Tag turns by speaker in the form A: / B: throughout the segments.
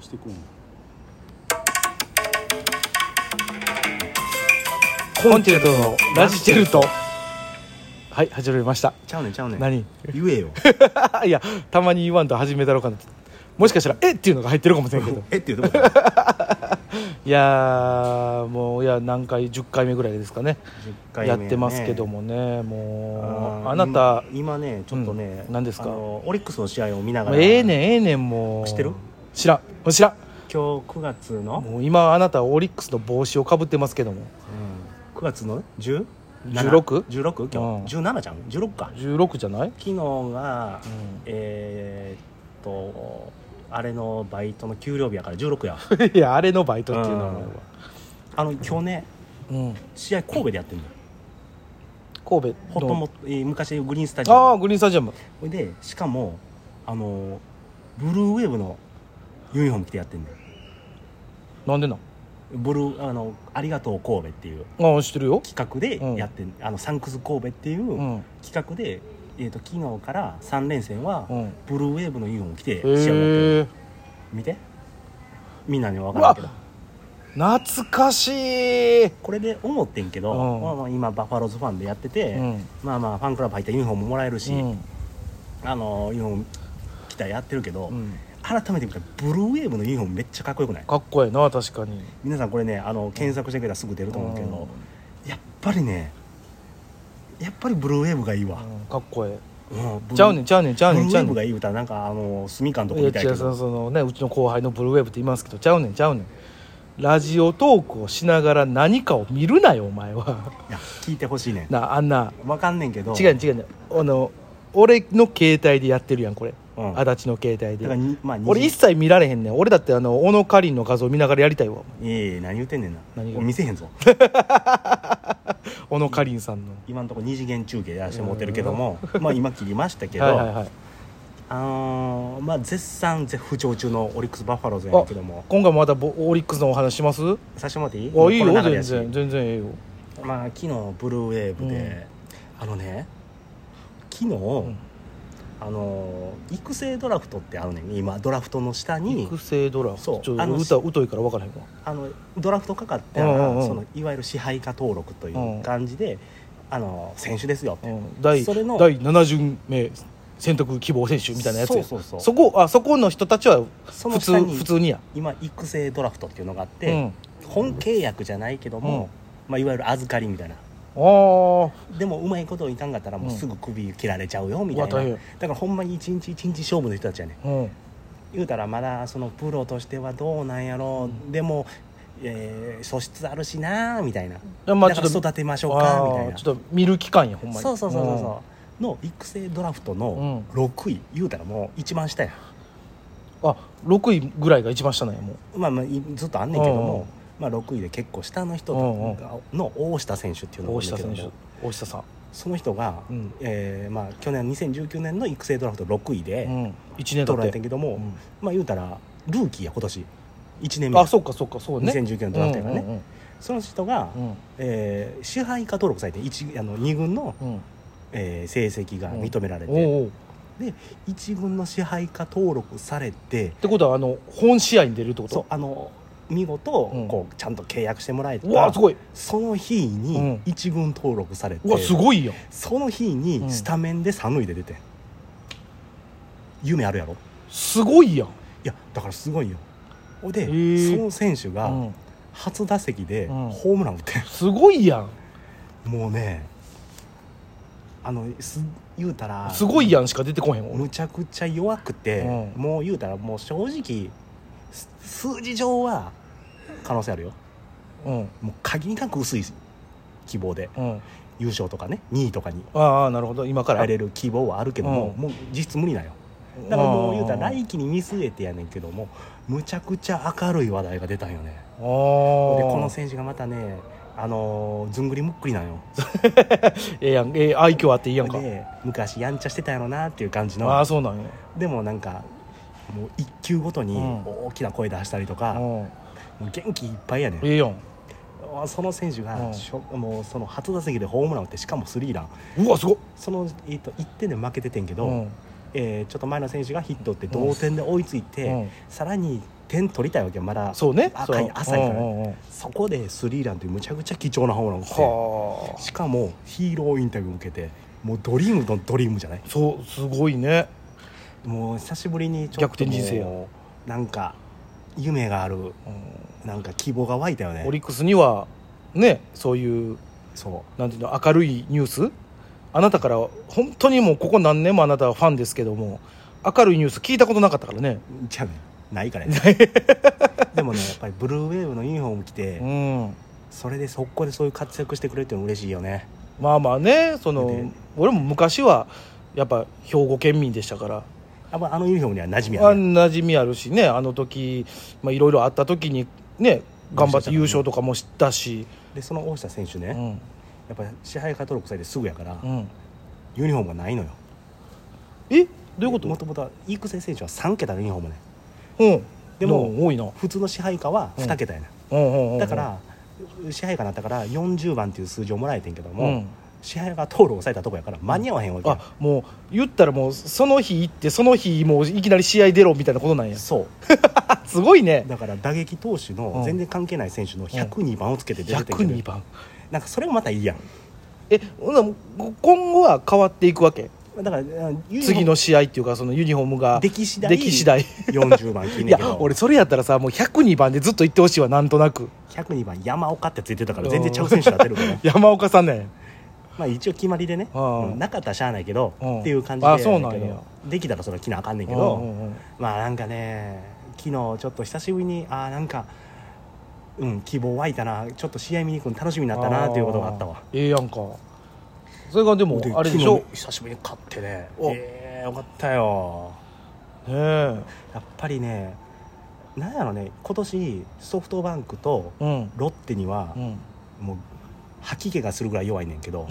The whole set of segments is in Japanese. A: していこう
B: コンチェルトのラジチェルトはい始まりました
C: ちゃうねんちゃうねん
B: 何
C: 言えよ
B: いやたまに言わんと始めたろうかなともしかしたら「えっ!」っていうのが入ってるかもしれんけど
C: えって言うとこ10
B: いやーもういや何回10回目ぐらいですかね
C: 回目
B: や
C: や
B: っ
C: ね
B: てますけどもねもう
C: ー
B: あなた
C: 今今ねちょっとね、
B: うん何ですか
C: あのオリックスの試合を見なが
B: も
C: ら
B: うええねんええねんもう
C: 知ってる
B: 知らんもう知らん
C: 今日9月の、
B: もう今あなたオリックスの帽子をかぶってますけども
C: うん、9月の 10?16?
B: 16
C: 16
B: うん
C: 今日、17じゃん16か
B: 16じゃない
C: 昨日が、
B: ん
C: えーっとあれのバイトの給料日やから16や
B: いやあれのバイトっていうのは
C: あの今日ね
B: うん
C: 試合神戸でやってんのよ
B: 神戸
C: ほっともえー昔グリーンスタジ
B: ああ
C: アム
B: グリーンスタジアム
C: ほいでしかもあのブルーウェーブのユニフォーム着てやってんのよ
B: なんでなん
C: ブルーあの「ありがとう神戸」っていう
B: ああ知ってるよ
C: 企画で
B: うん
C: やってん、あのサンクス神戸っていううん企画で、えー、と昨日から3連戦は
B: うん
C: ブルーウェーブのユニフォーム着て試合をやってる、
B: へえ
C: 見てみんなには分からんけど
B: うわ懐かしい
C: これで思ってんけど、
B: うん
C: まあ、まあ今バファローズファンでやってて、
B: うん
C: まあまあファンクラブ入ったユニフォームももらえるし、
B: うん
C: あのユニフォーム着たらやってるけど、
B: うん
C: 改めて見たらブルーウェーブのユニフォームめっちゃかっこよくない
B: かっこええな確かに
C: 皆さんこれねあの検索してくれたらすぐ出ると思うけど、やっぱりねやっぱりブルーウェーブがいいわ、
B: うんかっこえ
C: うん
B: えちゃうねんちゃうねんちゃ
C: ブ
B: う
C: ルー
B: ねん
C: ウェー
B: ちゃう
C: ブ
B: ね
C: が
B: ん
C: いい歌なんかあの住みかんとこ
B: いや
C: みたい
B: 違
C: け
B: うその
C: ど
B: そのねうちの後輩のブルーウェーブって言いますけどちゃうねんちゃうねんラジオトークをしながら何かを見るなよお前は
C: いや聞いてほしいね
B: なあんなん
C: わかんねんけど
B: 違うねん違うねんあの俺の携帯でやってるやんこれ、
C: うん
B: 足立の携帯
C: だから
B: で
C: にまあ
B: 俺一切見られへんねん俺だってあの小野かりんの画像見ながらやりたいわ
C: いやいや何言うてんねんな
B: 何が
C: 見せへんぞ
B: 小野かりんさんの
C: 今のところ二次元中継やらせてもらってるけどもまあ今切りましたけど、
B: はいはいはい
C: あのーまあ絶賛絶不調中のオリックスバファローズやねん
B: あ
C: けども
B: 今回もまたボオリックスのお話しますあ
C: させてもらっていい
B: いい
C: この
B: よ
C: 流れ
B: 全
C: やし
B: 然全然いいよ
C: まあ昨日ブルーウェーブで、あのね昨日、
B: ん
C: あのー育成ドラフトってあるねん今ドラフトの下に
B: 育成ドラフ
C: そ
B: ト
C: う
B: ちょっ
C: あの
B: と歌疎いから分からへんわ
C: あのドラフトかかって
B: うんうんうん
C: そのいわゆる支配下登録という感じで、あの選手ですよって、
B: うん第
C: それの
B: 第70名選択希望選手みたいなやつや
C: そうそうそう
B: こあそこの人たちは
C: そ
B: 普
C: の
B: 通
C: 下に
B: 普通にや
C: 今育成ドラフトっていうのがあって、
B: うん
C: 本契約じゃないけども、まあ、いわゆる預かりみたいな
B: ああ
C: でもうまいこといかんかったらもうすぐ首切られちゃうよみたいな、
B: うんうわ大
C: だからほんまに一日一日勝負の人たちやねん
B: うん
C: 言うたらまだそのプロとしてはどうなんやろう、でも、えー素質あるしなみたいな、
B: でまあ
C: だ
B: ち
C: から
B: ょっと
C: 育てましょう
B: あ
C: か
B: ー
C: みたいな
B: ちょっと見る期間やほんまに
C: そうそうそうそうそうの育成ドラフトの
B: う
C: 6位、言うたらもう一番下や
B: うんあ6位ぐらいが一番下なんやもう
C: まあまあいずっとあんねんけど
B: うんうん
C: も、まあ、6位で結構下の人とかの大下選手っていうのがお
B: 大
C: るんだけ
B: 下
C: ど
B: 選
C: も
B: 手大下さん
C: その人が、
B: うん
C: えーまあ、去年2019年の育成ドラフト6位で
B: うん1年
C: 取ら
B: だ
C: れ
B: って
C: ん
B: て
C: けども、
B: うん
C: まあ言うたらルーキーや今年1年目
B: あそうかそうかそうね
C: 2019年のドラフトやからね
B: うんうん
C: その人が、
B: うんうん
C: えー支配下登録されて一あの2軍の、
B: うん
C: えー成績が認められて、
B: おうおうっ
C: 1軍の支配下登録されて
B: てことはあの本試合に出るってこ
C: そう
B: と
C: あの見事、
B: うん
C: こうちゃんと契約してもらえた
B: うわすごい
C: その日
B: う
C: に
B: ん
C: 一軍登録されて、
B: うわすごいやん
C: その日
B: うん
C: にスタメンで三塁で出てん夢あるやろい
B: すごいやん
C: やだからすごいよほいで
B: へー
C: その選手
B: う
C: が
B: ん
C: 初打席で
B: うん
C: ホームラン打ってん
B: すごいやん
C: もうねあのす言うたら
B: すごいやんしか出てこへん俺
C: むちゃくちゃ弱くて、
B: うん
C: もう言うたらもう正直す数字上は可能性あるよ
B: うん
C: もう限りなく薄い希望で
B: うん
C: 優勝とかね2位とかに
B: ああなるほど今から
C: 入れる希望はあるけども、
B: うん
C: もう実質無理なんよ
B: うん
C: だからもう言うたら来季に見据えてやねんけどもむちゃくちゃ明るい話題が出たんよね
B: あーで
C: でこの選手がまたねあのーずんぐりむっくりなんよ
B: ええやんええ愛嬌あっていいやんか
C: で昔やんちゃしてたやろなっていう感じ
B: ああ
C: の
B: そうなんや
C: でもなんかもう一球ごとに
B: うん
C: 大きな声出したりと
B: う
C: か、
B: ん
C: もう元気いっぱいやねん
B: ええやん
C: あその選手
B: うん
C: がしょ、もうその初打席でホームラン打ってしかもスリーラン
B: うわすごっ
C: その、えー、と1点で負けててんけど、
B: うん
C: えーちょっと前の選手がヒット打って同点で追いついて、
B: うん
C: さらに点取りたいわけよまだ
B: そうね
C: 赤い
B: そう
C: 浅いから
B: うんうんうん
C: そこでスリーランってむちゃくちゃ貴重なホームランを打って
B: は
C: しかもヒーローインタビュー受けてもうドリームのドリームじゃない
B: あそうすごいね
C: もう久しぶりにちょっと
B: 逆転人生や
C: もうなんか夢があるなんか希望が湧いたよね
B: オリックスにはねそういう
C: そ
B: なんていうの明るいニュースあなたから本当にもうここ何年もあなたはファンですけども明るいニュース聞いたことなかったからね
C: うじゃあねないからね でもねやっぱりブルーウェーブのユニフォーム着て
B: うん
C: それで速攻でそういう活躍してくれるっていうの嬉しいよね
B: まあまあねその
C: で
B: 俺も昔はやっぱ兵庫県民でしたから
C: やっぱあのユニフォームには馴染み
B: あ
C: あるね
B: 馴染みあるしねあの時まあいろいろあった時にね頑張って優勝とかもしたし、
C: でその大下選手ね、
B: う
C: や
B: ん
C: っぱ支配下登録されてすぐやから、
B: うん、
C: ユニフォームがないのよ
B: えどういうこ
C: も
B: と
C: ともとは育成選手は3桁のユニフォームね
B: うん
C: でも
B: うん多いな、
C: 普通の支配下は2桁やね、
B: うんうんうんうん
C: だから支配下になったから40番っていう数字をもらえてんけども、
B: うん
C: 支配下登録されたとこやから間に合わへんわけよ、
B: あもう言ったらもうその日行ってその日もういきなり試合出ろみたいなことなん や
C: そう
B: あすごいね
C: だから打撃投手
B: う
C: の
B: ん
C: 全然関係ない選手の102番をつけて出ててんけど
B: 102番
C: なんかそれもまたいいやん
B: えほんならもう今後は変わっていくわけ
C: だからうんユニフォーム
B: 次の試合っていうかそのユニフォームが
C: 出来次第
B: 出来次第
C: 40番聞い ね
B: い
C: ん
B: や
C: けど
B: 俺それやったらさもう102番でずっと言ってほしいわなんとなく
C: 102番山岡ってついてたから全然ちゃう選手になってるから
B: 山岡さんね
C: まあ一応決まりでね、
B: うん
C: うんなかったらしゃあないけど、
B: うん
C: っていう感じで
B: あそうなんや
C: やけどできたらそれは着なあかんねんけ
B: う
C: ど、
B: んうんうん
C: まあなんかね昨日ちょっと久しぶりにああなんかうん希望湧いたなちょっと試合見に行くの楽しみになったなということがあったわ
B: ええやんかそれがでも
C: で
B: あれでしょ
C: 昨日久しぶりに勝ってね
B: お
C: ええよかったよ
B: ねえ
C: やっぱりねなんやろね今年ソフトバンクと
B: うん
C: ロッテには
B: うん
C: もう吐き気がするぐらい弱いねんけ ど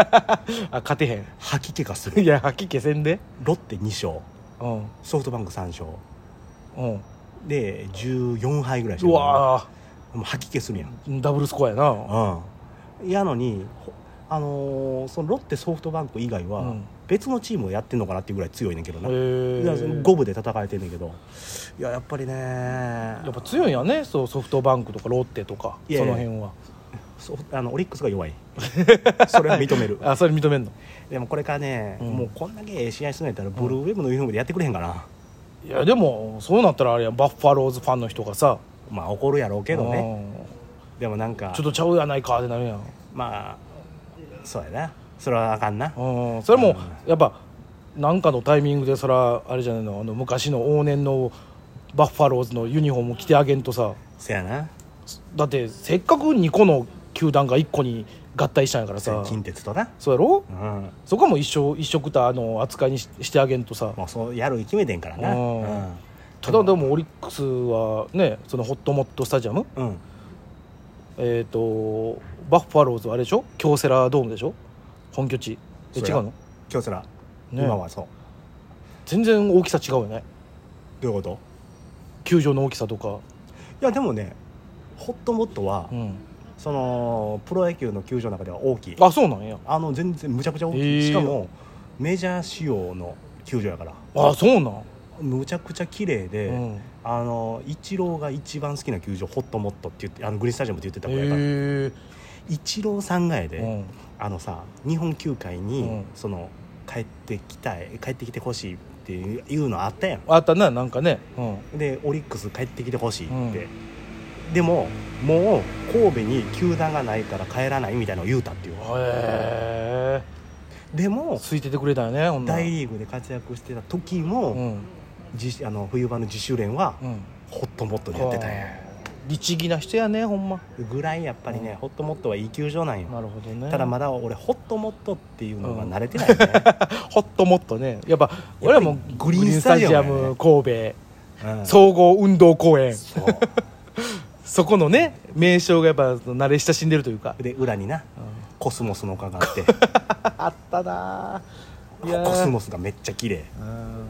B: あ勝てへ
C: 吐き気がす
B: んい
C: る
B: や吐き気せんで
C: ロッテ2勝
B: うん
C: ソフトバンク3勝
B: うん
C: で14敗ぐらいして
B: う
C: る
B: わ
C: もう吐き気するやん
B: ーダブルスコアやな
C: うん、やのに、ほあのーそのロッテ、ソフトバンク以外
B: う
C: は
B: ん
C: 別のチームをやってんのかなっていうぐらい強いねんけどな、
B: へえ
C: だからその五分で戦えてんねんけど、いややっぱりね、や
B: やっぱ強いんやねそうソフトバンクとかロッテとか
C: いやい
B: そ
C: や
B: の辺は
C: あのオリックスが弱 い、それは認める、
B: あそれ認めんの
C: でもこれからね、
B: うん
C: もうこんだけええ試合するんやったら、ブルーウェーブのユニフォームでやってくれへんかな、
B: いやでもそうなったらあれやバッファローズファンの人がさ
C: まあ怒るやろうけどね、
B: ね
C: でもなんか
B: ちょっ、とちゃうやないかってなるやん
C: まあ、そうやな、それはあかんな、
B: うんそれもやっぱなんかのタイミングでそらあれじゃないのあの昔の往年のバッファローズのユニフォーム着てあげんとさ
C: せやな、
B: だってせっかく2個の球団が1個に合体したんやからさ
C: 近鉄とな、
B: そうやろ
C: うん、
B: そこはもう一緒一緒くたあの扱いにししてあげんとさ
C: もうそうやる決めてんからな。
B: うん
C: うん
B: ただでもオリックスはねそのホットモットスタジアム
C: うん、
B: えっ、とバッファローズはあれでしょ京セラドームでしょ本拠地
C: そ
B: え違
C: りゃ
B: うの
C: 京セラ、
B: ね
C: 今はそう
B: 全然大きさ違うよね
C: どういうこと
B: 球場の大きさとか
C: いやでもねホットモットは、
B: うん
C: そのプロ野球の球場の中では大きいあ
B: あそうなんや
C: の全然むちゃくちゃ大きい、
B: へえ
C: しかもメジャー仕様の球場やから
B: あそうなん、
C: むちゃくちゃ綺麗で、
B: うん
C: あのイチローが一番好きな球場ホットモットって言ってあのグリーンスタジアムって言ってたぐらいから、
B: へ
C: イチローさんがやで、
B: えうん
C: あのさ日本球界に、
B: うん
C: その帰ってきたい帰ってきてほしいっていうのあったやん
B: あったななんかねうん
C: でオリックス帰ってきてほしいって、でももう神戸に球団がないから帰らないみたいなのを言うたっていう
B: へえ
C: でも
B: ついててくれたよねほんなら
C: 大リーグで活躍してた時
B: う
C: も、
B: ん
C: じあの冬場の自主練は
B: うん
C: ホットモットでやってたんや
B: 律儀な人やねほんま
C: ぐらいやっぱりね、ホットモットはいい球場なんよ
B: なるほどね
C: ただま
B: だ
C: だ俺ホットモットっていうのが慣れてないよね、
B: ホットもっとねやっぱ俺はもう
C: グリーンスタジアム
B: グリーンスタジアム神戸
C: うん
B: 総合運動公園
C: そう
B: そこのね名称がやっぱ慣れ親しんでるというか
C: で裏になコスモスの丘があって
B: あったなぁいや
C: コス
B: ー
C: モスがめっちゃ綺麗
B: うん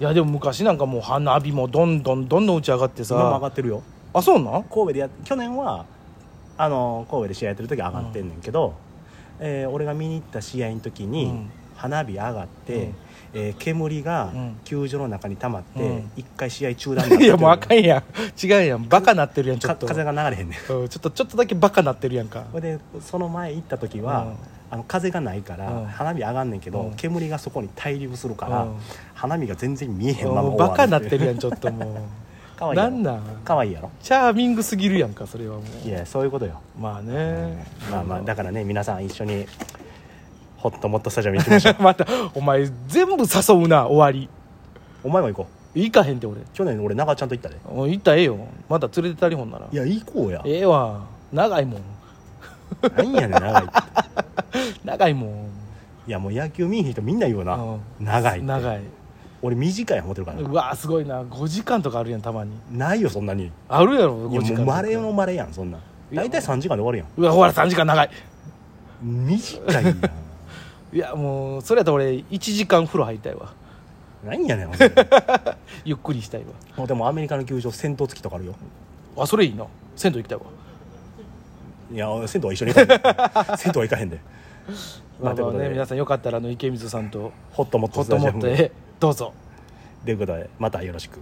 B: いやでも昔なんかもう花火もどんどんどんどん打ち上がって
C: 今も上が
B: さ
C: ってるよ
B: あそうなん
C: 神戸でやっ去年はあの神戸で試合やってる時は上がってんねんけど、えー俺が見に行った試合の時に、
B: うん
C: 花火上がって、
B: うん
C: えー煙が
B: うん
C: 球場の中に溜まっ
B: う
C: て
B: ん
C: 一回試合中断になった
B: いやもうあ
C: と
B: かんやん違うやんバカなってるやんちょ
C: か
B: っと
C: 風が流れへんねん
B: うんちょっとちょっとだけバカなってるやんか
C: ほいでその前行った時は、
B: うん
C: あの風がないから、
B: うん
C: 花火上がんねんけど、
B: うん
C: 煙がそこに滞留するから、
B: うん
C: 花火が全然見えへんまま
B: もう
C: 終わ
B: バ
C: る
B: カなってるやんちょっとも
C: かわ
B: う
C: いいや
B: な
C: ろ
B: んなん
C: かわいいやろ
B: チャーミングすぎるやんかそれはも
C: いうやそういうことよ
B: まあね
C: まあまあだからね皆さん一緒にホットモットスタジアム行きまし ょう
B: またお前全部誘うな終わり
C: お前も行こう
B: 行かへんって俺
C: 去年俺長ちゃんと行ったで
B: もう行ったらええよまた連れてたりほんなら
C: いや行こうや
B: ええわ長いもん
C: 何やねん長いって
B: 長いもん
C: いやもう野球見えへん人みんな言うな
B: うん
C: 長いって
B: 長い
C: 俺短い思ってるからな
B: うわすごいな5時間とかあるやんたまに
C: ないよそんなにい
B: あるや
C: や
B: ろ5時
C: も
B: 間
C: うまれのまれやんそんなん
B: いや
C: 大体3時間で終わるやん
B: うわほら3時間長い
C: 短いやん
B: いやもうそれやったら俺1時間風呂入りたいわ
C: 何やねんほんで
B: ゆっくりしたいわ
C: もう でもアメリカの球場戦闘付きとかあるよ
B: あそれいいな銭湯行きたいわ
C: いや銭湯は一緒に行かへん 銭湯は行かへんで
B: まあ
C: というこ
B: まあ
C: とで
B: ね皆さんよかったらあの池水さんと
C: ホットモッ
B: ほ
C: ト
B: っ
C: スタ
B: と
C: ジ
B: も
C: ア
B: っ
C: ム
B: てどうぞ
C: ということでまたよろしく